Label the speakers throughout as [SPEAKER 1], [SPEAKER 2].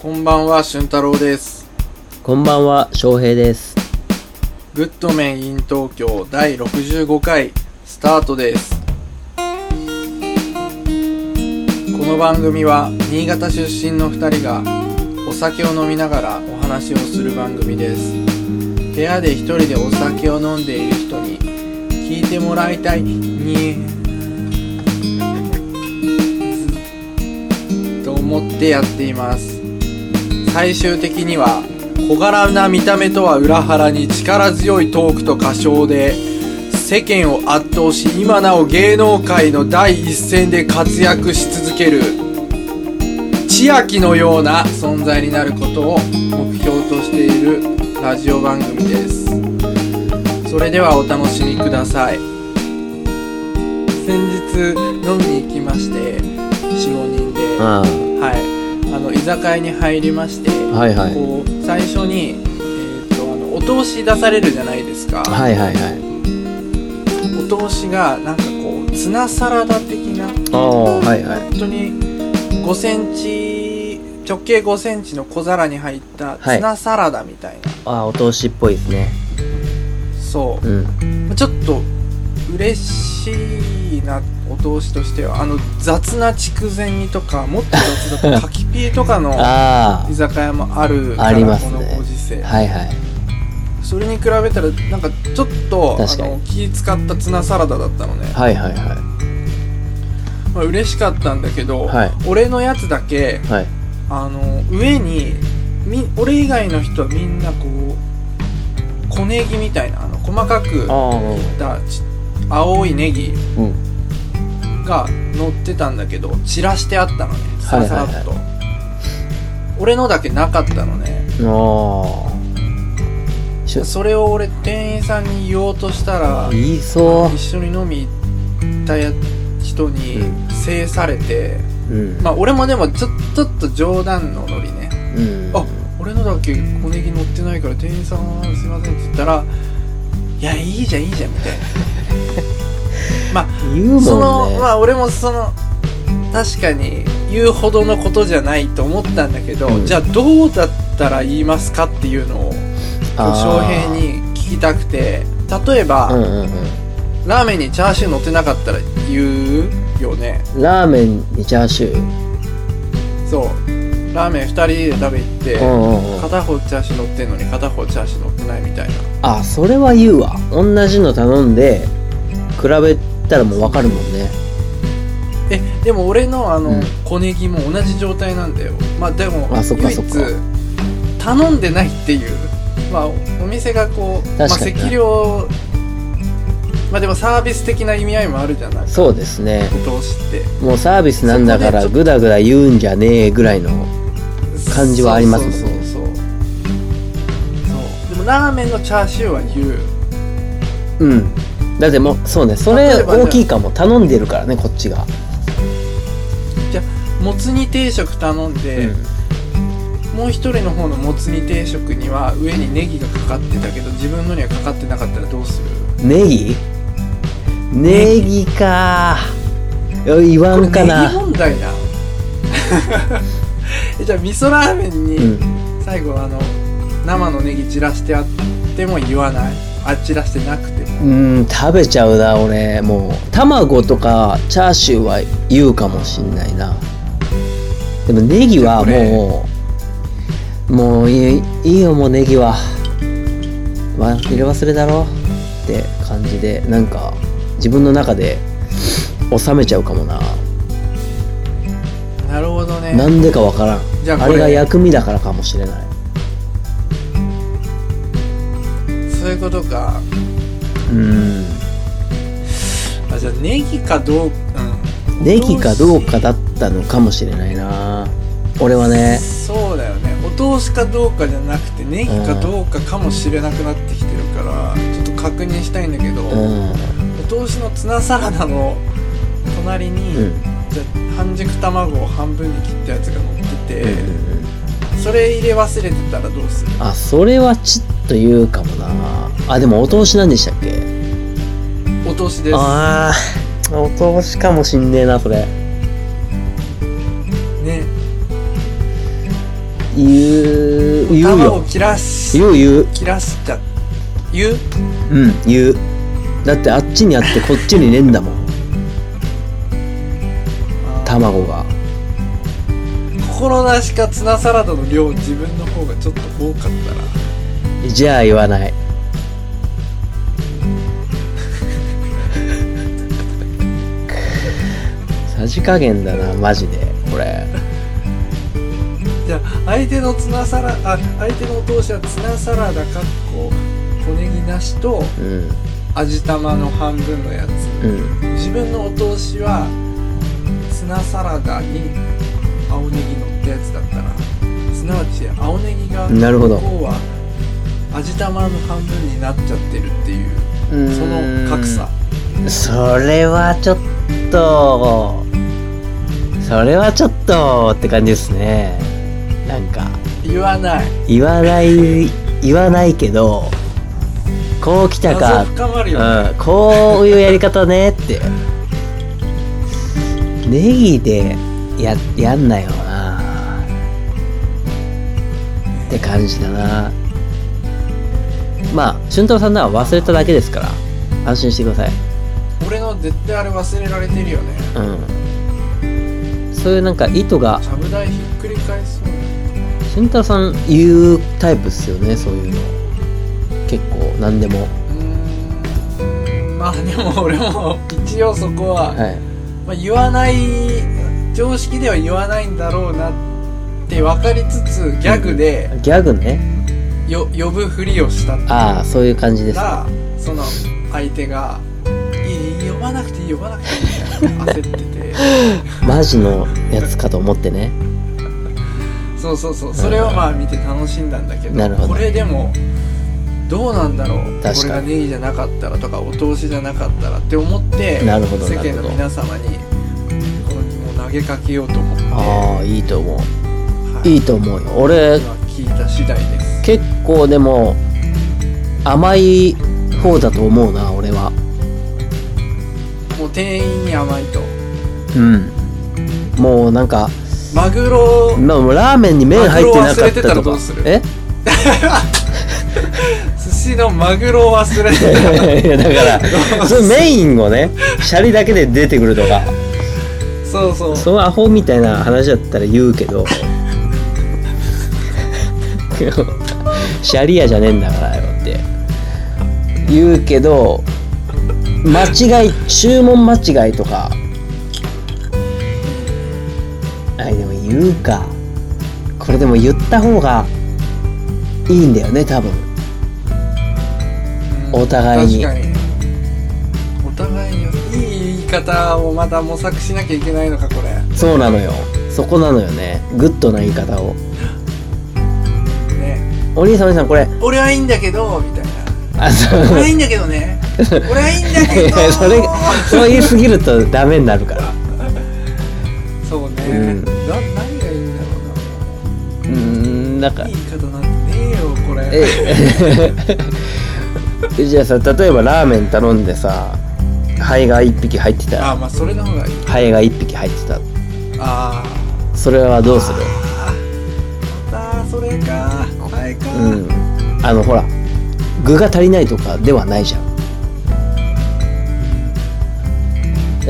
[SPEAKER 1] こんばんは、俊太郎です。
[SPEAKER 2] こんばんは、翔平です。
[SPEAKER 1] グッドメンイン東京第65回スタートです。この番組は新潟出身の2人がお酒を飲みながらお話をする番組です。部屋で一人でお酒を飲んでいる人に聞いてもらいたいにと思ってやっています。最終的には小柄な見た目とは裏腹に力強いトークと歌唱で世間を圧倒し今なお芸能界の第一線で活躍し続ける千秋のような存在になることを目標としているラジオ番組ですそれではお楽しみください先日飲みに行きまして45人で
[SPEAKER 2] あ
[SPEAKER 1] はい、あの居酒屋に入りまして、
[SPEAKER 2] あ、はいはい。
[SPEAKER 1] こう最初に、えー、とあのお通し出されるじゃないですか、
[SPEAKER 2] はいはいはい。
[SPEAKER 1] お通しがなんかこうツナサラダ的な
[SPEAKER 2] ああ、はいはい。
[SPEAKER 1] 本当に5センチ直径5センチの小皿に入った
[SPEAKER 2] はい
[SPEAKER 1] ツナサラダみたいな、
[SPEAKER 2] ああ、お通しっぽいですね。
[SPEAKER 1] そ
[SPEAKER 2] うん。
[SPEAKER 1] うちょっと嬉しいなお通しとしてはあの雑な筑前煮とかもっと雑 だと柿ピーとかの
[SPEAKER 2] あ
[SPEAKER 1] 居酒屋もあるから
[SPEAKER 2] ありますね
[SPEAKER 1] このご時世
[SPEAKER 2] あ、はいはい。
[SPEAKER 1] それに比べたらなんかちょっとあ
[SPEAKER 2] 確かに
[SPEAKER 1] の気使ったツナサラダだったのね、
[SPEAKER 2] はいはいは
[SPEAKER 1] まあ、嬉しかったんだけど、
[SPEAKER 2] はい
[SPEAKER 1] 俺のやつだけ
[SPEAKER 2] い。はい。
[SPEAKER 1] あの上にみ俺以外の人はみんなこう小ネギみたいなあの細かく切っ
[SPEAKER 2] ああ、
[SPEAKER 1] たち青いネギ
[SPEAKER 2] うん。
[SPEAKER 1] が乗ってたんだけど散らしてあったのねサラサラっと、
[SPEAKER 2] はいはい
[SPEAKER 1] 俺のだけなかったのね
[SPEAKER 2] ああ。しょ
[SPEAKER 1] それを俺店員さんに言おうとしたら
[SPEAKER 2] 言いそ
[SPEAKER 1] 一緒に飲み行ったや人に
[SPEAKER 2] う
[SPEAKER 1] 制されて、
[SPEAKER 2] う。うん。
[SPEAKER 1] まあ俺もでもちょちょっと冗談のノリね
[SPEAKER 2] うん。
[SPEAKER 1] あ俺のだけ小ネギ乗ってないから店員さんはすいませんって言ったら「いやいいじゃんいいじゃん」みたい
[SPEAKER 2] 言うも
[SPEAKER 1] なん
[SPEAKER 2] ね。
[SPEAKER 1] そのまあ俺もその確かに言うほどのことじゃないと思ったんだけど、
[SPEAKER 2] うん
[SPEAKER 1] じゃあどうだったら言いますかっていうのを
[SPEAKER 2] あ
[SPEAKER 1] 翔平。
[SPEAKER 2] ー
[SPEAKER 1] に聞きたくて例えば、
[SPEAKER 2] うんうん
[SPEAKER 1] ラーメンにチャーシュー乗ってなかったら言うよね
[SPEAKER 2] うん。ラーメンにチャーシュー。
[SPEAKER 1] そうラーメン2人で食べ行って、
[SPEAKER 2] うんうんうん。
[SPEAKER 1] 片方チャーシュー乗ってんのに片方チャーシュー乗ってないみたいな
[SPEAKER 2] あ、それは言うわ。同じの頼んで、比べたらもうわかるもんね。
[SPEAKER 1] えでも俺のあの、
[SPEAKER 2] うん
[SPEAKER 1] 小ネギも同じ状態なんだよまあでも
[SPEAKER 2] あそっか
[SPEAKER 1] 唯一
[SPEAKER 2] そっか
[SPEAKER 1] 頼んでないっていうまあお店がこう、まあ、
[SPEAKER 2] 確かにね
[SPEAKER 1] 席料まあでもサービス的な意味合いもあるじゃない
[SPEAKER 2] そうですね。
[SPEAKER 1] お通しって
[SPEAKER 2] もうサービスなんだか
[SPEAKER 1] そこ
[SPEAKER 2] ら
[SPEAKER 1] でちょっと
[SPEAKER 2] グダグダ言うんじゃねえぐらいの感じはありますもんね
[SPEAKER 1] そうそうそうそうそうでもラーメンのチャーシューは言う
[SPEAKER 2] うんだってもうそうねそ
[SPEAKER 1] 例
[SPEAKER 2] れ
[SPEAKER 1] えばじゃあ
[SPEAKER 2] 大きいかも頼んでるからねこっちが、
[SPEAKER 1] もつ煮定食頼んで、もう一人の方のもつ煮定食には上にネギがかかってたけど自分のにはかかってなかったらどうする
[SPEAKER 2] うん、ネギネギかいや言わんか
[SPEAKER 1] これネギ
[SPEAKER 2] な
[SPEAKER 1] 問題な えじゃあ味噌ラーメン
[SPEAKER 2] う
[SPEAKER 1] に
[SPEAKER 2] ん
[SPEAKER 1] 最後あの生のネギ散らしてあっても言わないあ散らしてなくても
[SPEAKER 2] うん食べちゃうな俺もう卵とかチャーシューは言うかもしんないなでもネギはもうもういいいいよもうネギはわ入れ忘れだろって感じでなんか自分の中で収めちゃうかもな
[SPEAKER 1] なるほどね
[SPEAKER 2] なんでかわからん
[SPEAKER 1] じゃあ
[SPEAKER 2] あ
[SPEAKER 1] こ
[SPEAKER 2] れが
[SPEAKER 1] れ
[SPEAKER 2] 薬味だからかもしれない
[SPEAKER 1] そういうことか
[SPEAKER 2] うん
[SPEAKER 1] あじゃあネギかどうか、うん、
[SPEAKER 2] ネギかどうかだったのかもしれないな俺はね
[SPEAKER 1] そうだよねお通しかどうかじゃなくてネギかどうかかもしれなくなってきてるから、ちょっと確認したいんだけど、
[SPEAKER 2] うん
[SPEAKER 1] お通しのツナサラダの隣に、
[SPEAKER 2] うん
[SPEAKER 1] じゃあ半熟卵を半分に切ったやつが乗ってて、
[SPEAKER 2] うんうんうん
[SPEAKER 1] それ入れ忘れてたらどうする
[SPEAKER 2] あそれはちっと言うかもなあでもお通しなんでしたっけ
[SPEAKER 1] お通しです
[SPEAKER 2] ああお通しかもしんねえなそれ
[SPEAKER 1] ね
[SPEAKER 2] 言う言う
[SPEAKER 1] 卵
[SPEAKER 2] よ
[SPEAKER 1] 切らし
[SPEAKER 2] 言う言う
[SPEAKER 1] 切らしちゃ言う
[SPEAKER 2] うん言うだってあっちにあってこっちにねえんだもん卵が
[SPEAKER 1] 心なしかツナサラダの量自分の方がちょっと多かったら
[SPEAKER 2] じゃあ言わないさじ加減だなマジでこれ
[SPEAKER 1] じゃあ相手のツナサラあ相手のお通しはツナサラダかっこ小ネギなしと
[SPEAKER 2] うん
[SPEAKER 1] 味玉の半分のやつ
[SPEAKER 2] うん
[SPEAKER 1] 自分のお通しはツナサラダに青ネギ乗ったやつだったらすなわち青ネギが
[SPEAKER 2] なるほど
[SPEAKER 1] 向こうは味玉の半分になっちゃってるっていうその格差
[SPEAKER 2] それはちょっとそれはちょっとって感じですねなんか
[SPEAKER 1] 言わない
[SPEAKER 2] 言わない言わないけどこう来たか
[SPEAKER 1] 謎深まるよね
[SPEAKER 2] うん、こういうやり方ねってネギでややんなよなって感じだなまあ俊太郎さんなら忘れただけですから安心してください
[SPEAKER 1] 俺の絶対あれ忘れられてるよね
[SPEAKER 2] うんそういうなんか意図が
[SPEAKER 1] ちゃぶ台ひっくり返そう
[SPEAKER 2] 俊太郎さん言うタイプっすよねそういうの結構何でも
[SPEAKER 1] うーんまあでも俺も一応そこは、
[SPEAKER 2] はい
[SPEAKER 1] まあ、言わない常識では言わないんだろうなって分かりつつギャグで
[SPEAKER 2] ギャグね
[SPEAKER 1] よ呼ぶふりをしたって
[SPEAKER 2] ああそういう感じです
[SPEAKER 1] らその相手が「いい呼ばなくていい呼ばなくていい」みたいな焦ってて
[SPEAKER 2] マジのやつかと思ってね
[SPEAKER 1] そうそうそうそれをまあ見て楽しんだんだけど
[SPEAKER 2] なるほど
[SPEAKER 1] これでもどうなんだろう
[SPEAKER 2] 確か
[SPEAKER 1] これ
[SPEAKER 2] に
[SPEAKER 1] がネギじゃなかったらとかお通しじゃなかったらって思って
[SPEAKER 2] なるほど
[SPEAKER 1] 世間
[SPEAKER 2] なる
[SPEAKER 1] の
[SPEAKER 2] ほど
[SPEAKER 1] 皆様にこのもう投げかけようと思って、
[SPEAKER 2] ああいいと思う
[SPEAKER 1] はい
[SPEAKER 2] いいと思うよ俺
[SPEAKER 1] 今聞いた次第です
[SPEAKER 2] 結構でも甘い方だと思うな俺は
[SPEAKER 1] もう店員に甘いと
[SPEAKER 2] うんもうなんか、
[SPEAKER 1] マグロ
[SPEAKER 2] まあ、もうラーメンに麺入ってなか
[SPEAKER 1] マ
[SPEAKER 2] った
[SPEAKER 1] グロ忘れてたら
[SPEAKER 2] と
[SPEAKER 1] どう
[SPEAKER 2] か
[SPEAKER 1] する
[SPEAKER 2] え
[SPEAKER 1] 寿司のマグロを忘れ
[SPEAKER 2] い
[SPEAKER 1] て
[SPEAKER 2] やいやだからそのメインをねシャリだけで出てくるとか
[SPEAKER 1] そうそう
[SPEAKER 2] そのアホみたいな話だったら言うけどシャリアじゃねえんだからよって言うけど間違い注文間違いとかあでも言うかこれでも言った方がいいんだよね多分
[SPEAKER 1] うん
[SPEAKER 2] お互いに
[SPEAKER 1] 確かにお互いにいい言い方をまた模索しなきゃいけないのかこれ
[SPEAKER 2] そうなのよそこなのよねグッドな言い方を
[SPEAKER 1] ね
[SPEAKER 2] お兄さんお兄さんこれ
[SPEAKER 1] 俺はいいんだけどみたいな
[SPEAKER 2] あそう
[SPEAKER 1] 俺はいいんだけどね俺はいいんだけ
[SPEAKER 2] いや
[SPEAKER 1] ど
[SPEAKER 2] それそれ言いすぎるとダメになるから
[SPEAKER 1] そうね、
[SPEAKER 2] うん
[SPEAKER 1] な何がいいんだろ
[SPEAKER 2] うーんなん
[SPEAKER 1] う
[SPEAKER 2] か
[SPEAKER 1] ないい言い方なんてねえよこれ
[SPEAKER 2] え じゃあさ例えばラーメン頼んでさハエが1匹入ってた
[SPEAKER 1] あ
[SPEAKER 2] ら
[SPEAKER 1] まあそれの方がいい
[SPEAKER 2] ハエが1匹入ってた
[SPEAKER 1] あ
[SPEAKER 2] それはどうする
[SPEAKER 1] ーあーそれかあれか、
[SPEAKER 2] うんあのほら具が足りないとかではないじゃん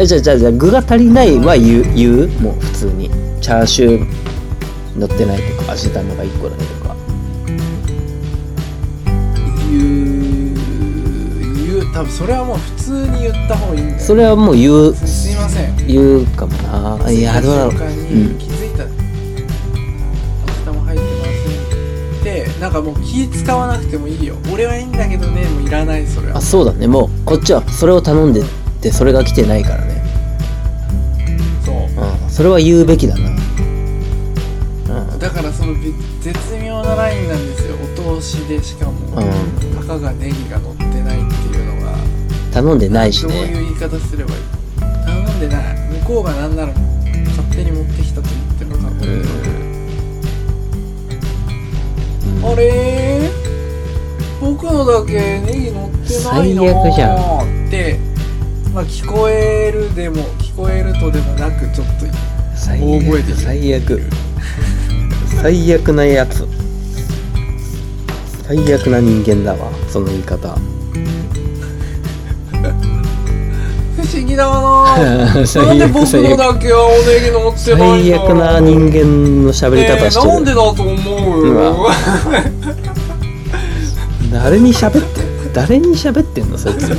[SPEAKER 2] えじゃあじゃあじゃあ具が足りないは言う言うもう普通にチャーシュー乗ってないとか味玉が1個だけとか
[SPEAKER 1] 言う言う多分それはもう普通に言った方がいいんだよ
[SPEAKER 2] それはもう言う
[SPEAKER 1] すいません
[SPEAKER 2] 言うかもな。いや、どうだろう。
[SPEAKER 1] 気づいた瞬間に気づいた明日も入ってますねでなんかもう気使わなくてもいいよ俺はいいんだけどねもういらないそれ
[SPEAKER 2] あ、
[SPEAKER 1] は
[SPEAKER 2] そうだね。もう、こっちはそれを頼んでって、それが来てないからね。
[SPEAKER 1] そう
[SPEAKER 2] うん。それは言うべきだな。
[SPEAKER 1] だからそのび絶妙なラインなんですよお通しでしかも、
[SPEAKER 2] う
[SPEAKER 1] たかがネギが乗ってないっていうのが
[SPEAKER 2] うん。頼んでないし
[SPEAKER 1] どうい
[SPEAKER 2] ね。
[SPEAKER 1] う言い方すればいい頼んでない向こうが何なら勝手に持ってきたと言ってるのかこれ、
[SPEAKER 2] うん
[SPEAKER 1] あれ僕のだけネギ乗ってないの
[SPEAKER 2] 最悪じゃ
[SPEAKER 1] んって、まあ、聞こえるでも聞こえるとでもなくちょっと
[SPEAKER 2] 最
[SPEAKER 1] 大声で
[SPEAKER 2] 悪。最悪。最悪なやつ最悪な人間だわその言い方
[SPEAKER 1] 不思議だわな
[SPEAKER 2] 最
[SPEAKER 1] なんで僕
[SPEAKER 2] 最
[SPEAKER 1] の
[SPEAKER 2] 悪
[SPEAKER 1] だけ青ネギ乗ってないん
[SPEAKER 2] 最
[SPEAKER 1] だろ
[SPEAKER 2] 悪
[SPEAKER 1] う
[SPEAKER 2] な人間の喋り
[SPEAKER 1] ね
[SPEAKER 2] 方
[SPEAKER 1] えなん
[SPEAKER 2] して
[SPEAKER 1] で
[SPEAKER 2] る、
[SPEAKER 1] だと思う
[SPEAKER 2] う
[SPEAKER 1] よ
[SPEAKER 2] わ誰に喋ってん誰に喋ってんのそいつ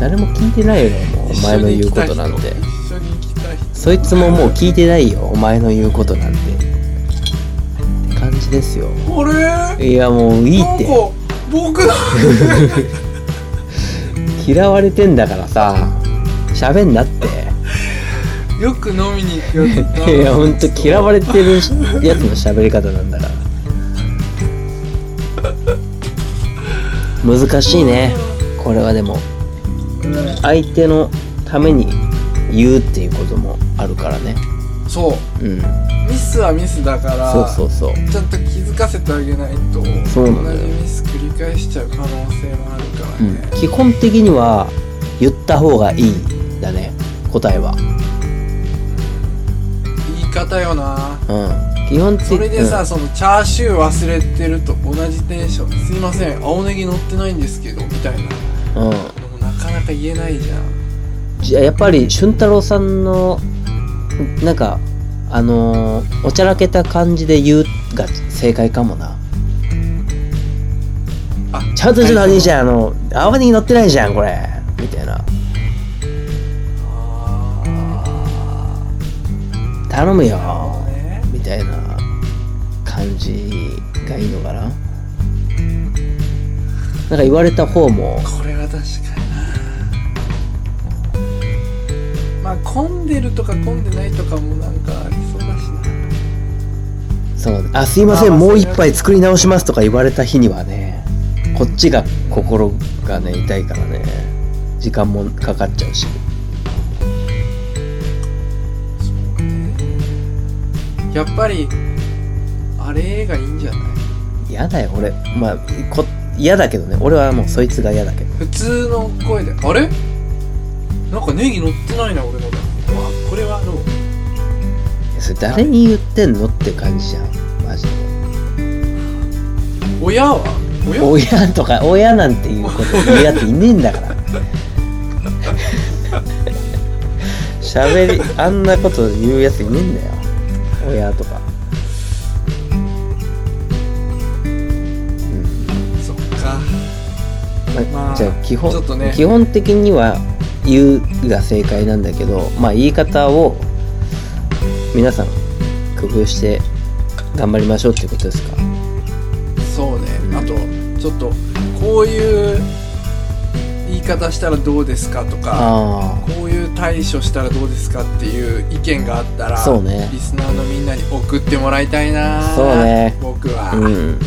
[SPEAKER 2] 誰も聞いてないよねもうお前の言うことなんて
[SPEAKER 1] 一緒に来た人
[SPEAKER 2] そいつももう聞いてないよお前の言うことなんてって感じですよ
[SPEAKER 1] あれ
[SPEAKER 2] いやもういい
[SPEAKER 1] な
[SPEAKER 2] っ
[SPEAKER 1] んか
[SPEAKER 2] て
[SPEAKER 1] 僕 の
[SPEAKER 2] 嫌われてんだからさ喋んなって
[SPEAKER 1] よく飲みに行くやつだ
[SPEAKER 2] いやほんと嫌われ てるやつの喋り方なんだから難しいねこれはでも相手のために言うっていうこともあるからね
[SPEAKER 1] そう
[SPEAKER 2] うん
[SPEAKER 1] ミスはミスだから
[SPEAKER 2] そうそうそう
[SPEAKER 1] ちゃんと気づかせてあげないと
[SPEAKER 2] そうなん
[SPEAKER 1] 同
[SPEAKER 2] だよ
[SPEAKER 1] じミス繰り返しちゃう可能性もあるから
[SPEAKER 2] うん
[SPEAKER 1] ね、
[SPEAKER 2] 基本的には言った方がいいだね答えは
[SPEAKER 1] 言い方よな
[SPEAKER 2] うん基本的
[SPEAKER 1] それでさ、
[SPEAKER 2] うん
[SPEAKER 1] そのチャーシュー忘れてると同じテンション「すいません青ネギ乗ってないんですけど」みたいな
[SPEAKER 2] うん、
[SPEAKER 1] のもなかなか言えないじゃん
[SPEAKER 2] じゃあやっぱり俊太郎さんのなんかあのーおちゃらけた感じで言うが正解かもな
[SPEAKER 1] あ
[SPEAKER 2] ちゃんとして
[SPEAKER 1] は
[SPEAKER 2] た
[SPEAKER 1] い
[SPEAKER 2] 兄ちゃんあの泡に乗ってないじゃんこれみたいな
[SPEAKER 1] あ
[SPEAKER 2] 頼むよ
[SPEAKER 1] ーね
[SPEAKER 2] みたいな感じがいいのかななんか言われた方も
[SPEAKER 1] これは確かになまあ混んでるとか混んでないとかもなんかありそうだしな
[SPEAKER 2] そうあすいませ
[SPEAKER 1] まあ
[SPEAKER 2] ん
[SPEAKER 1] まあ
[SPEAKER 2] もう
[SPEAKER 1] そ
[SPEAKER 2] 一
[SPEAKER 1] れは
[SPEAKER 2] 杯作り直しますとか言われた日にはねこっちが心がね痛いからね時間もかかっちゃうし
[SPEAKER 1] そうねやっぱりあれがいいんじゃない
[SPEAKER 2] 嫌だよ俺まあこ嫌だけどね俺はもうそいつが嫌だけど
[SPEAKER 1] 普通の声で「あれなんかネギ乗ってないな俺のだ」わこれはどう
[SPEAKER 2] それ誰に言ってんのって感じじゃんマジで
[SPEAKER 1] 親は親は
[SPEAKER 2] 親とか親なんていうこと言うやついねえんだから喋りあんなこと言うやついねえんだよ親とか
[SPEAKER 1] そっか
[SPEAKER 2] ま
[SPEAKER 1] まあ
[SPEAKER 2] あ、じゃあ基
[SPEAKER 1] ちょ
[SPEAKER 2] 本
[SPEAKER 1] っとね
[SPEAKER 2] 基本的には「言う」が正解なんだけど、まあ、言い方を皆さん工夫して頑張りましょうっていうことですか
[SPEAKER 1] そうねあとちょっとこういう言い方したらどうですかとか
[SPEAKER 2] あ
[SPEAKER 1] こういう対処したらどうですかっていう意見があったら
[SPEAKER 2] そうね
[SPEAKER 1] リスナーのみんなに送ってもらいたいな
[SPEAKER 2] そうね
[SPEAKER 1] 僕は、
[SPEAKER 2] あうん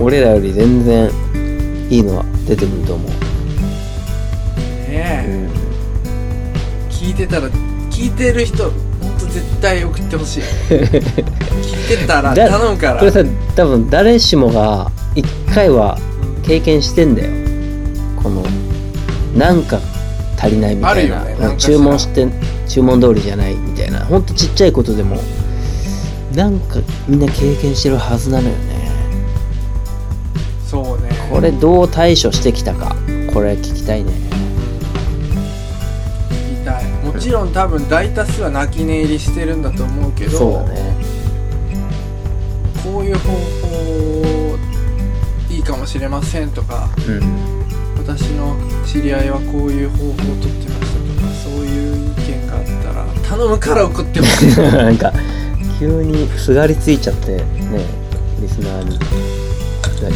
[SPEAKER 2] 俺らより全然いいのは出てくると思う、
[SPEAKER 1] ね
[SPEAKER 2] う
[SPEAKER 1] え
[SPEAKER 2] ん、
[SPEAKER 1] 聞いてたら聞いてる人ほんと絶対送ってほ しい聞いてたら
[SPEAKER 2] だ
[SPEAKER 1] 頼むから
[SPEAKER 2] これさ多分誰しもが一回は
[SPEAKER 1] うん
[SPEAKER 2] 経験してんだよこのなんか足りないみたいな
[SPEAKER 1] あるよね
[SPEAKER 2] うん
[SPEAKER 1] なんかしら
[SPEAKER 2] 注文して注文通りじゃないみたいなほんとちっちゃいことでもなんかみんな経験してるはずなのよね
[SPEAKER 1] そうね
[SPEAKER 2] これどう対処してきたかこれ聞きたいね
[SPEAKER 1] 聞きたいもちろん多分大多数は泣き寝入りしてるんだと思うけど
[SPEAKER 2] そうだね
[SPEAKER 1] こういう方法いいかもしれませんとか
[SPEAKER 2] うん
[SPEAKER 1] 私の知り合いはこういう方法をとってましたとかそういう意見があったら頼むから送ってほ しい
[SPEAKER 2] なんか急にすがりついちゃってねリスナーにだけど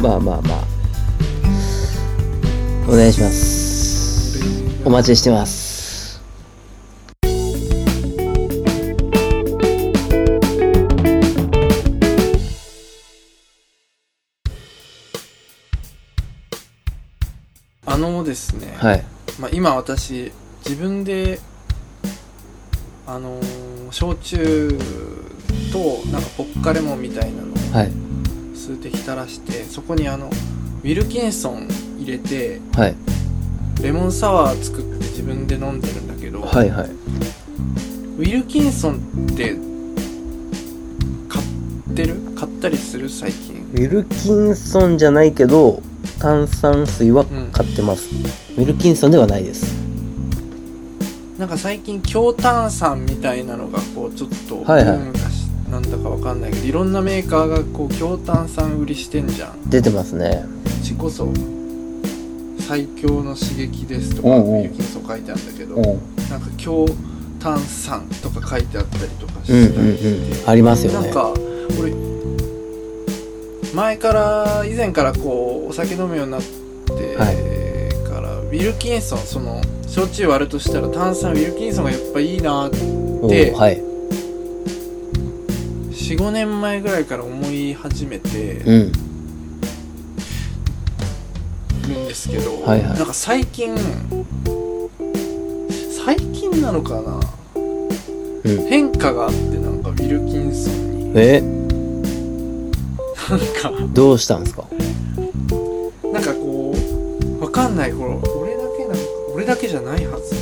[SPEAKER 2] まあまあまあお願いしますお待ちしてます
[SPEAKER 1] あのですね、
[SPEAKER 2] はい
[SPEAKER 1] まあ、今私自分であのー焼酎となんかポッカレモンみたいなのを
[SPEAKER 2] はい
[SPEAKER 1] 数滴垂らしてそこにあのウィルキンソン入れて
[SPEAKER 2] はい
[SPEAKER 1] レモンサワー作って自分で飲んでるんだけど、
[SPEAKER 2] はいはい
[SPEAKER 1] ウィルキンソンってったりする最近
[SPEAKER 2] ウィルキンソンじゃないけど炭酸水は買ってます、ウィルキンソンではないです
[SPEAKER 1] なんか最近強炭酸みたいなのがこうちょっと
[SPEAKER 2] はいはい
[SPEAKER 1] ブームかしなんだかわかんないけどいろんなメーカーがこう強炭酸売りしてんじゃんう
[SPEAKER 2] 出てますね
[SPEAKER 1] ちこそ最強の刺激ですとか
[SPEAKER 2] うんうん
[SPEAKER 1] 雪にそう書いてあるんだけど、
[SPEAKER 2] うん
[SPEAKER 1] なんか強炭酸とか書いてあったりとかして、
[SPEAKER 2] うんうんうんありますよ
[SPEAKER 1] な
[SPEAKER 2] ね
[SPEAKER 1] んか俺前から以前からこうお酒飲むようになって
[SPEAKER 2] は
[SPEAKER 1] から、ウィルキンソンその焼酎割るとしたら炭酸ウィルキンソンがやっぱいいなって
[SPEAKER 2] お
[SPEAKER 1] で
[SPEAKER 2] はい
[SPEAKER 1] 45年前ぐらいから思い始めてる
[SPEAKER 2] うん
[SPEAKER 1] んですけど、
[SPEAKER 2] はいはい
[SPEAKER 1] なんか最近最近なのかな、
[SPEAKER 2] うん
[SPEAKER 1] 変化があってなんかウィルキンソンに
[SPEAKER 2] え
[SPEAKER 1] なんか
[SPEAKER 2] どうしたんですか
[SPEAKER 1] なんかこうわかんないこれ俺だけなんか俺だけじゃないはず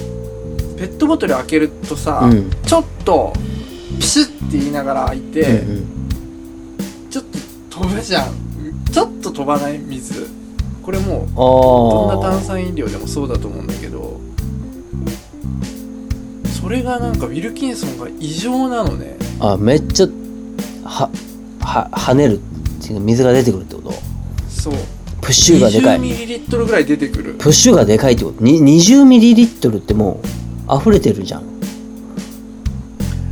[SPEAKER 1] ペットボトル開けるとさ、
[SPEAKER 2] うん
[SPEAKER 1] ちょっとピシッって言いながら開いて、
[SPEAKER 2] うん
[SPEAKER 1] ちょっと飛ぶじゃんちょっと飛ばない水これもう
[SPEAKER 2] ああ
[SPEAKER 1] どんな炭酸飲料でもそうだと思うんだけどそれがなんかウィルキンソンが異常なのね
[SPEAKER 2] あめっちゃはは跳ねるっていうか水が出てくるってこと
[SPEAKER 1] そう
[SPEAKER 2] プッシュがでか
[SPEAKER 1] 20
[SPEAKER 2] い
[SPEAKER 1] ミリリットルぐらい出てくる
[SPEAKER 2] プッシュがでかいってことに20ミリリットルってもう溢れてるじゃん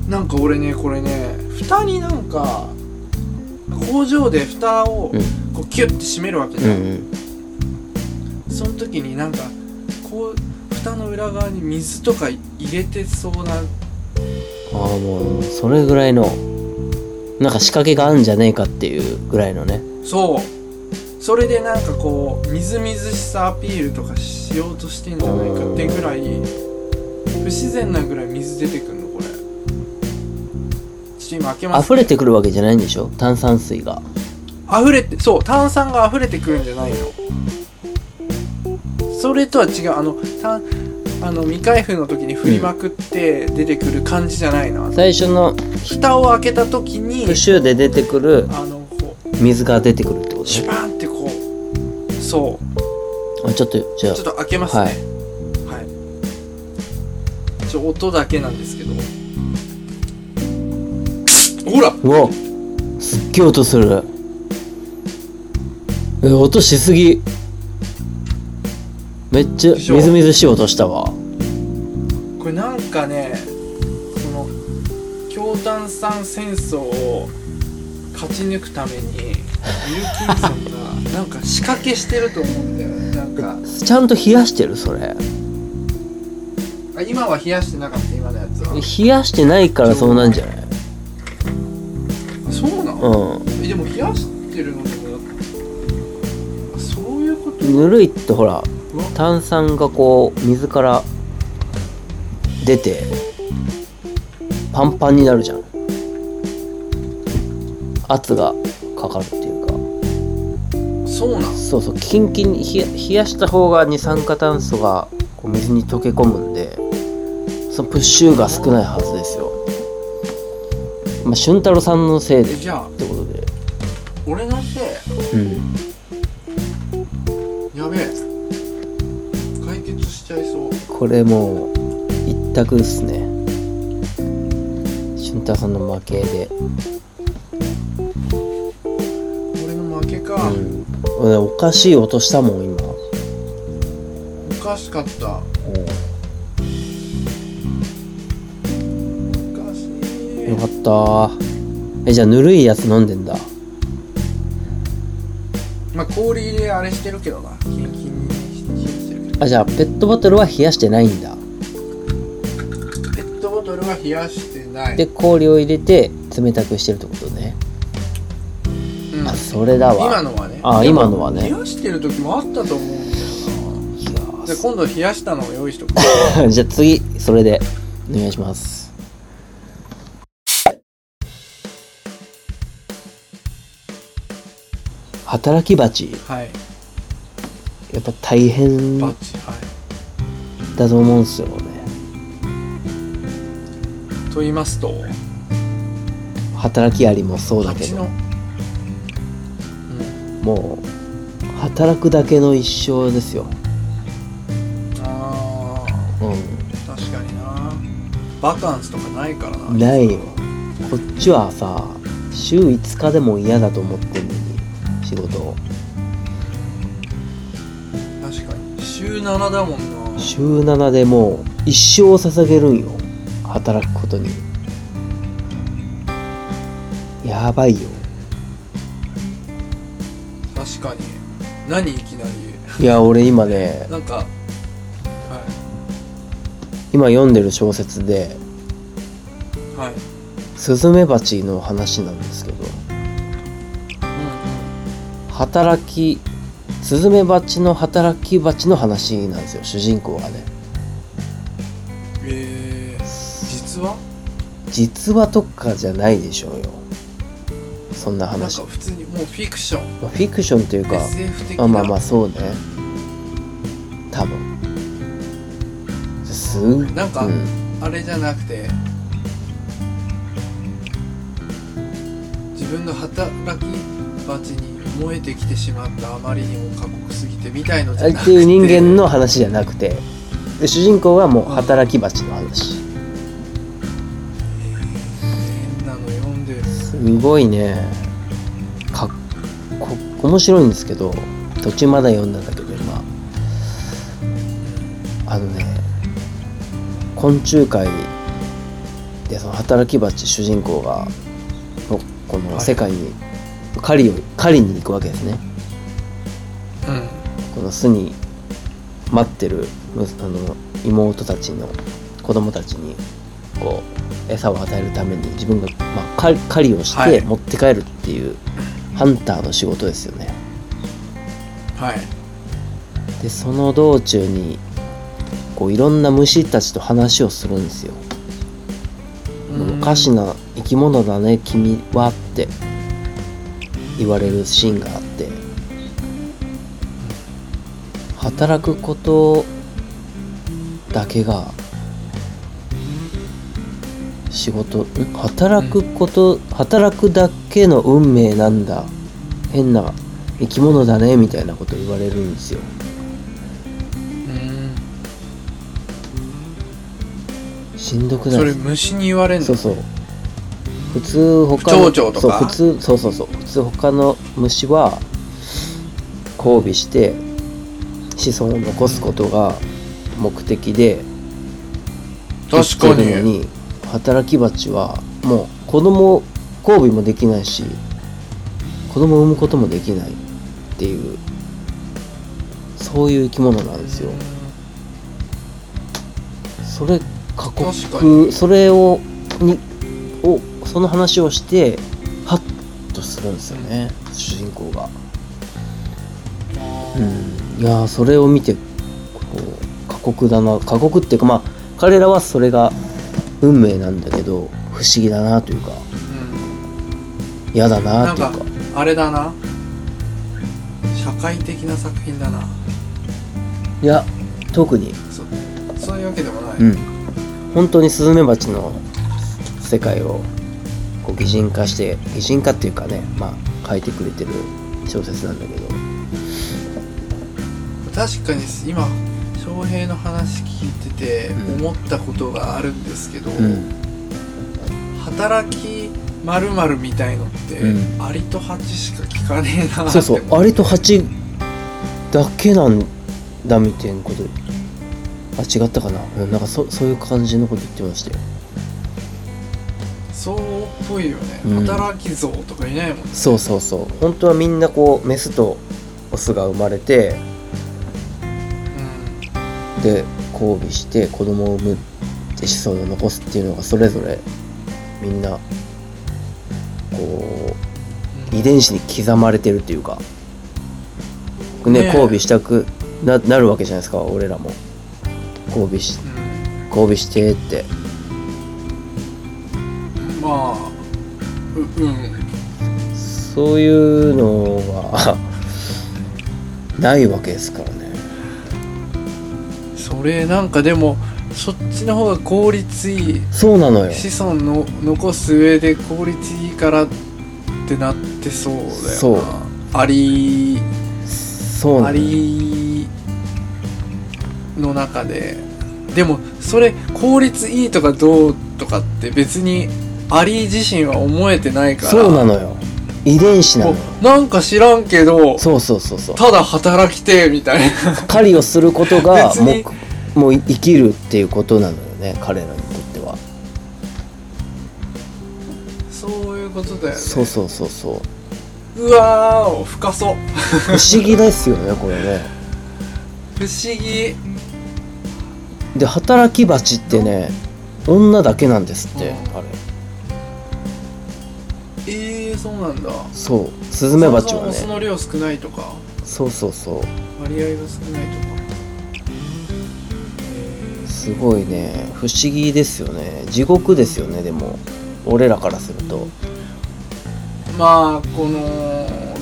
[SPEAKER 1] なんか俺ねこれね蓋になんか工場で蓋を
[SPEAKER 2] うん
[SPEAKER 1] こうキュッて閉めるわけ
[SPEAKER 2] う
[SPEAKER 1] じゃん、
[SPEAKER 2] ん
[SPEAKER 1] その時になんかこう蓋の裏側に水とか入れてそうな
[SPEAKER 2] ああもうそれぐらいのなんか仕掛けがあるんじゃねえかっていうぐらいのね
[SPEAKER 1] そうそれでなんかこうみずみずしさアピールとかしようとしてんじゃないかってぐらい不自然なぐらい水出てくんのこれチーム開けます
[SPEAKER 2] 溢れてくるわけじゃないんでしょ炭酸水が
[SPEAKER 1] 溢れてそう炭酸が溢れてくるんじゃないのそれとは違うあの炭あの未開封の時に振りまくって出てくる感じじゃないな、
[SPEAKER 2] 最初の
[SPEAKER 1] 蓋を開けた時に
[SPEAKER 2] プッシュで出てくる
[SPEAKER 1] あのこう
[SPEAKER 2] 水が出てくるってこと
[SPEAKER 1] シュ
[SPEAKER 2] ね
[SPEAKER 1] パーンってこうそう
[SPEAKER 2] あちょっとじゃあ
[SPEAKER 1] ちょっと開けますね。はい。ちょ音だけなんですけど。ほら、
[SPEAKER 2] うわすっげえ音するえ音しすぎめっちゃ
[SPEAKER 1] でしょ
[SPEAKER 2] みずみずしい音したわ
[SPEAKER 1] これなんかね、その強炭酸戦争を勝ち抜くためにミルキンソンがなんか仕掛けしてると思うんだよね。なんか
[SPEAKER 2] ちゃんと冷やしてるそれ
[SPEAKER 1] あ今は冷やしてなかった今のやつは。
[SPEAKER 2] 冷やしてないからそうなんじゃない
[SPEAKER 1] あそうなの？
[SPEAKER 2] う
[SPEAKER 1] えでも冷やしてるのでもあそういうこと。
[SPEAKER 2] んぬるいってほら
[SPEAKER 1] うわ
[SPEAKER 2] 炭酸がこう水から出てパンパンになるじゃん圧がかかるっていうか
[SPEAKER 1] そうなの。
[SPEAKER 2] そうそうキンキンに冷や冷やした方が二酸化炭素がこう水に溶け込むんでそのプッシュが少ないはずですよまあ俊太郎さんのせいで
[SPEAKER 1] え
[SPEAKER 2] っ
[SPEAKER 1] じゃあ
[SPEAKER 2] てことで
[SPEAKER 1] 俺のせい。
[SPEAKER 2] うん
[SPEAKER 1] やべえ解決しちゃいそう
[SPEAKER 2] これもう一択ですね俊太郎さんの負けで
[SPEAKER 1] 俺の負けか、
[SPEAKER 2] うん俺おかしい音したもん今
[SPEAKER 1] おかしかったおかしい
[SPEAKER 2] よかったえじゃあぬるいやつ飲んでんだ
[SPEAKER 1] まあ氷であれしてるけどなキンキンに冷やしてるけど
[SPEAKER 2] あじゃあペットボトルは冷やしてないんだ
[SPEAKER 1] ペットボトルは冷やしてない
[SPEAKER 2] で氷を入れて冷たくしてるってことね
[SPEAKER 1] うん
[SPEAKER 2] あそれだわ
[SPEAKER 1] 今のはね
[SPEAKER 2] あ今のはね
[SPEAKER 1] 冷やしてる時もあったと思うんだよ
[SPEAKER 2] いや
[SPEAKER 1] な
[SPEAKER 2] ー
[SPEAKER 1] じゃあ今度冷やしたのを用意しとく
[SPEAKER 2] じゃあ次それでお願いします働き蜂
[SPEAKER 1] はい
[SPEAKER 2] やっぱ大変
[SPEAKER 1] バッ
[SPEAKER 2] だ
[SPEAKER 1] チはい
[SPEAKER 2] と思うんですよね
[SPEAKER 1] と言いますと
[SPEAKER 2] 働きアリもそうだけ
[SPEAKER 1] 蜂
[SPEAKER 2] ど
[SPEAKER 1] の
[SPEAKER 2] もう働くだけの一生ですよ、
[SPEAKER 1] あ
[SPEAKER 2] う、
[SPEAKER 1] ー確かになバカンスとかないからなん
[SPEAKER 2] ないよこっちはさ週5日でも嫌だと思ってんのに仕事を
[SPEAKER 1] 確かに週7だもんな
[SPEAKER 2] 週7でもう一生を捧げるんよ働くことにやばいよ
[SPEAKER 1] 確かに何いきなり
[SPEAKER 2] いや俺今ね
[SPEAKER 1] なんか、はい、
[SPEAKER 2] 今読んでる小説で
[SPEAKER 1] はい、
[SPEAKER 2] スズメバチの話なんですけど
[SPEAKER 1] う
[SPEAKER 2] 働きスズメバチの働きバチの話なんですよ主人公はね
[SPEAKER 1] んうん、えー、実は
[SPEAKER 2] 実話とかじゃないでしょうよそんな
[SPEAKER 1] なん
[SPEAKER 2] 話
[SPEAKER 1] か普通にもうフィクション
[SPEAKER 2] まあフィクションというか
[SPEAKER 1] SF 的な
[SPEAKER 2] まあまあまあそうね多分すっ
[SPEAKER 1] なんか、
[SPEAKER 2] うん
[SPEAKER 1] あれじゃなくて自分の働き鉢に燃えてきてしまったあまりにも過酷すぎてみたいのじゃなく
[SPEAKER 2] って
[SPEAKER 1] て
[SPEAKER 2] いう人間の話じゃなくてで主人公はもう働き蜂の話
[SPEAKER 1] 変なの読んでる
[SPEAKER 2] すごいねかっこ面白いんですけど途中まだ読んだんだけど今あのね昆虫界でその働き蜂主人公がのこの世界に狩りを狩りに行くわけですね
[SPEAKER 1] うん
[SPEAKER 2] この巣に待ってるむあの妹たちの子供たちにこう餌を与えるために自分が、まあ、狩狩りをし
[SPEAKER 1] は
[SPEAKER 2] て
[SPEAKER 1] い
[SPEAKER 2] 持って帰るっていう、ハンターの仕事ですよね
[SPEAKER 1] はい
[SPEAKER 2] でその道中にこういろんな虫たちと話をするんですよ「おかしな生き物だね君は」って言われるシーンがあって働くことだけが仕事ん働くこと働くだけの運命なんだ変な生き物だねみたいなこと言われるんですよ
[SPEAKER 1] うん
[SPEAKER 2] しんどくない
[SPEAKER 1] そ
[SPEAKER 2] です
[SPEAKER 1] れ虫に言われんの
[SPEAKER 2] そうそう普通他の
[SPEAKER 1] 不調々とか
[SPEAKER 2] そう普通そうそうそう普通他の虫は交尾して子孫を残すことが目的で
[SPEAKER 1] 確か
[SPEAKER 2] 生きてるの
[SPEAKER 1] に
[SPEAKER 2] に働き蜂はもう子供交尾もできないし子供を産むこともできないっていうそういう生き物なんですよそれ過
[SPEAKER 1] 確かに
[SPEAKER 2] 酷それをにをその話をしてハッとするんですよね主人公が、うん、いやーそれを見てこう過酷だな過酷っていうかまあ彼らはそれが運命なんだけど不思議だなというか
[SPEAKER 1] うん
[SPEAKER 2] 嫌だなという
[SPEAKER 1] なん
[SPEAKER 2] か
[SPEAKER 1] かあれだな社会的な作品だない
[SPEAKER 2] や特に
[SPEAKER 1] そそういうわけでもない、
[SPEAKER 2] うん本当にスズメバチの世界をこう擬人化して擬人化っていうかねまあ書いてくれてる小説なんだけど
[SPEAKER 1] 確かに今翔平の話聞いてて
[SPEAKER 2] うん
[SPEAKER 1] 思ったことがあるんですけど、
[SPEAKER 2] うん
[SPEAKER 1] 働きまるみたいのって、
[SPEAKER 2] うん
[SPEAKER 1] アリとハチしか聞かねえなって
[SPEAKER 2] そう そうアリとハチだけなんだみたいなことあ違ったかなうんなんかそそういう感じのこと言ってましたよ
[SPEAKER 1] そうっぽいよね、
[SPEAKER 2] うん
[SPEAKER 1] 働き像とかいないもんね
[SPEAKER 2] そうそうそう本当はみんなこうメスとオスが生まれて
[SPEAKER 1] うん
[SPEAKER 2] で交尾して子供を産むって子孫を残すっていうのがそれぞれみんなこう遺伝子に刻まれてるっていうかね
[SPEAKER 1] ねえ
[SPEAKER 2] 交尾したくななるわけじゃないですか俺らも交尾し
[SPEAKER 1] う
[SPEAKER 2] 交尾してって
[SPEAKER 1] んまあううん
[SPEAKER 2] そういうのはないわけですからね
[SPEAKER 1] それなんかでもそっちの方が効率いい
[SPEAKER 2] そうなのよ
[SPEAKER 1] 子孫の残す上で効率いいからってなってそうだよな
[SPEAKER 2] そう
[SPEAKER 1] アリ
[SPEAKER 2] そう
[SPEAKER 1] ア
[SPEAKER 2] なの
[SPEAKER 1] リの中ででもそれ効率いいとかどうとかって別にアリ自身は思えてないから
[SPEAKER 2] そうなのよ遺伝子なの
[SPEAKER 1] こ
[SPEAKER 2] よ
[SPEAKER 1] うなんか知らんけど
[SPEAKER 2] そうそうそうそう
[SPEAKER 1] ただ働きてえみたいな
[SPEAKER 2] 狩りをすることが
[SPEAKER 1] 別に
[SPEAKER 2] 目もう生きるっていうことなのよね彼らにとっては
[SPEAKER 1] そういうことだよね
[SPEAKER 2] そうそうそうそう
[SPEAKER 1] うわーお深そう
[SPEAKER 2] 不思議ですよねこれね
[SPEAKER 1] 不思議
[SPEAKER 2] で働き蜂ってね女だけなんですって
[SPEAKER 1] うん
[SPEAKER 2] あれ
[SPEAKER 1] えー、そうなんだ
[SPEAKER 2] そうスズメバチはね
[SPEAKER 1] その量少ないとか
[SPEAKER 2] そうそうそ
[SPEAKER 1] 割合が少ないとか
[SPEAKER 2] うすごいね不思議ですよね地獄ですよねでも俺らからすると
[SPEAKER 1] まあこの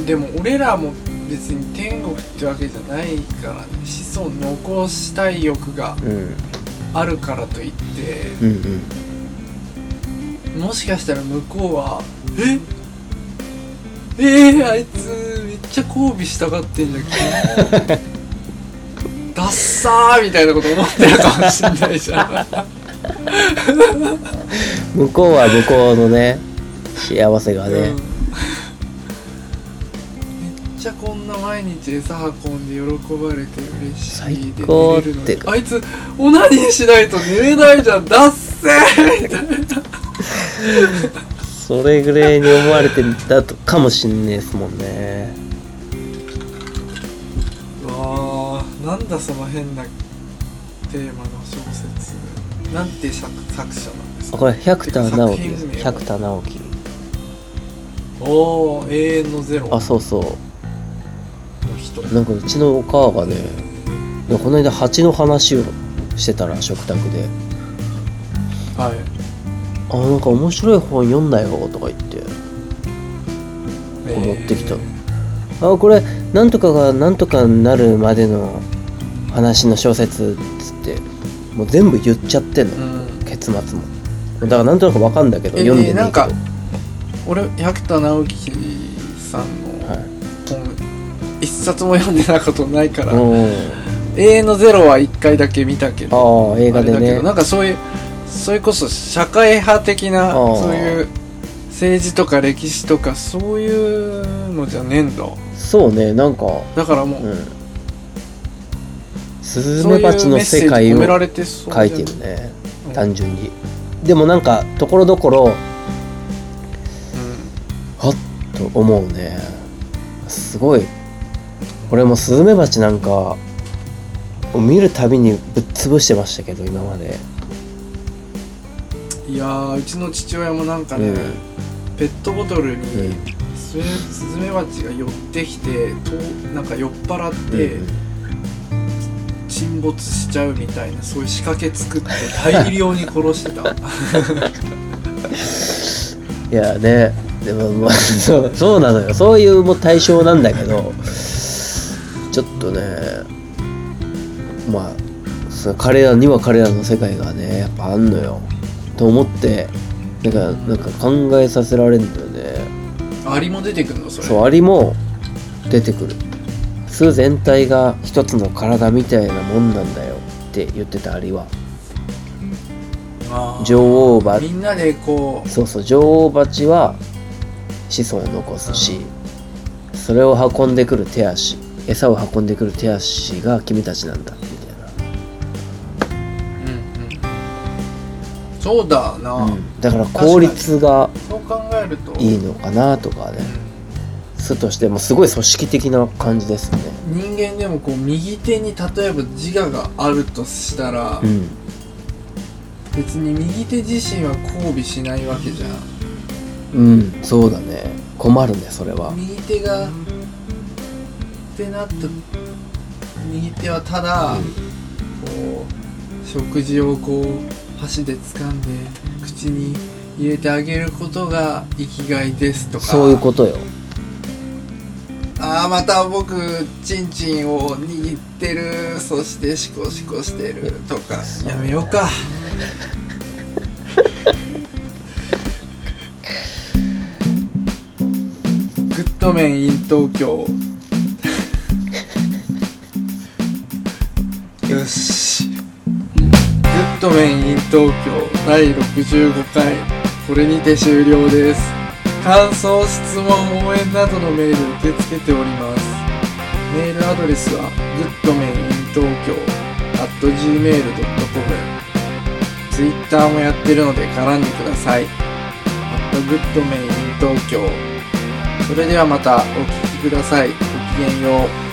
[SPEAKER 1] でも俺らも別に天国ってわけじゃないからね子孫残したい欲が
[SPEAKER 2] うん
[SPEAKER 1] あるからといっ
[SPEAKER 2] うんうん
[SPEAKER 1] てもしかしたら向こうはええー、あいつめっちゃ交尾したがってん じゃんけどダッサーみたいなこと思ってるかもしんないじゃん
[SPEAKER 2] 向こうは向こうのね幸せがね
[SPEAKER 1] うん、めっちゃこんな毎日餌運んで喜ばれて嬉しい
[SPEAKER 2] 最高って
[SPEAKER 1] で寝れるのにあいつオナニーしないと寝れないじゃんだっせーみたいな
[SPEAKER 2] それぐらいに思われてたとかもしんねえですもんね
[SPEAKER 1] うわーなんだその変なテーマの小説なんて作作者なんです
[SPEAKER 2] あ
[SPEAKER 1] か
[SPEAKER 2] これ百田直樹で
[SPEAKER 1] 作
[SPEAKER 2] す
[SPEAKER 1] 品名は
[SPEAKER 2] 百田直樹
[SPEAKER 1] おー永遠のゼロ
[SPEAKER 2] あ
[SPEAKER 1] の
[SPEAKER 2] そうそう
[SPEAKER 1] 人
[SPEAKER 2] なんかうちのお母がねなんかこの間蜂の話をしてたら食卓で
[SPEAKER 1] はい
[SPEAKER 2] 「あなんか面白い本読んだよ」とか言って持ってきた
[SPEAKER 1] え
[SPEAKER 2] 「あこれなんとかがなんとかになるまでの話の小説」っつってもう全部言っちゃってんの
[SPEAKER 1] ーうん
[SPEAKER 2] 結末もだからなんとなくわかんだけど
[SPEAKER 1] えー
[SPEAKER 2] 読んでな
[SPEAKER 1] ないん
[SPEAKER 2] けど
[SPEAKER 1] か俺百田直樹さんの、
[SPEAKER 2] はい
[SPEAKER 1] 本一冊も読んでたことないから「
[SPEAKER 2] うん
[SPEAKER 1] 永遠のゼロ」は一回だけ見たけど
[SPEAKER 2] ああ映画
[SPEAKER 1] あれ
[SPEAKER 2] で
[SPEAKER 1] だけ
[SPEAKER 2] ね
[SPEAKER 1] どなんかそういうそれこそ社会派的な
[SPEAKER 2] あー
[SPEAKER 1] そういう政治とか歴史とかそういうのじゃねえんだ
[SPEAKER 2] そうねなんか
[SPEAKER 1] だからもう、
[SPEAKER 2] うんスズ
[SPEAKER 1] そう
[SPEAKER 2] メ
[SPEAKER 1] いう
[SPEAKER 2] バチの
[SPEAKER 1] メッセージ
[SPEAKER 2] 世界
[SPEAKER 1] 込めら
[SPEAKER 2] を
[SPEAKER 1] れてそう
[SPEAKER 2] 書いてるね
[SPEAKER 1] うん
[SPEAKER 2] 単純にでもなんかところどころはっと思うねすごい俺もスズメバチなんか見るたびにぶっ潰してましたけど今まで、
[SPEAKER 1] うんいやーうちの父親もなんか
[SPEAKER 2] う
[SPEAKER 1] ね、
[SPEAKER 2] ん
[SPEAKER 1] ペットボトル
[SPEAKER 2] うん
[SPEAKER 1] にスズメスズメバチが寄ってきてとなんか酔っ払って、
[SPEAKER 2] うん
[SPEAKER 1] 沈没しちゃうみたいなそういう仕掛け作って大量に殺して た
[SPEAKER 2] いやねでも、まあ、 そうそうなのよそういうもう対象なんだけどちょっとねまあそう彼らには彼らの世界がねやっぱあんのよと思ってなんかなんか考えさせられるんだよね
[SPEAKER 1] アリも出てくるのそれ
[SPEAKER 2] そうアリも出てくる巣全体が一つの体みたいなもんなんだよって言ってたアリは
[SPEAKER 1] あー
[SPEAKER 2] 女王蜂
[SPEAKER 1] みんなでこう
[SPEAKER 2] そうそう女王蜂は子孫を残すしそれを運んでくる手足餌を運んでくる手足が君たちなんだみたい
[SPEAKER 1] うんうんそうだな、
[SPEAKER 2] な、うん、だから効率が
[SPEAKER 1] そう考えると
[SPEAKER 2] いいのかなとかね巣としてもすごい組織的な感じですね
[SPEAKER 1] 人間でもこう右手に例えば自我があるとしたら、
[SPEAKER 2] うん
[SPEAKER 1] 別に右手自身は交尾しないわけじゃ
[SPEAKER 2] うんそうだね困るねそれは
[SPEAKER 1] ん右手がってなった右手はただ、こう食事をこう箸で掴んで口に入れてあげることが生きがいですとか
[SPEAKER 2] そういうことよ
[SPEAKER 1] ああまた僕チンチンを握ってるそしてシコシコしてるとかやめようかグッドメン in 東京よしグッドメン in 東京第65回これにて終了です感想質問応援などのメール受け付けておりますメールアドレスは goodmaninTokyo.gmail.com Twitter もやってるので絡んでください。グッドメイン東京。それではまたお聴きください。ごきげんよう。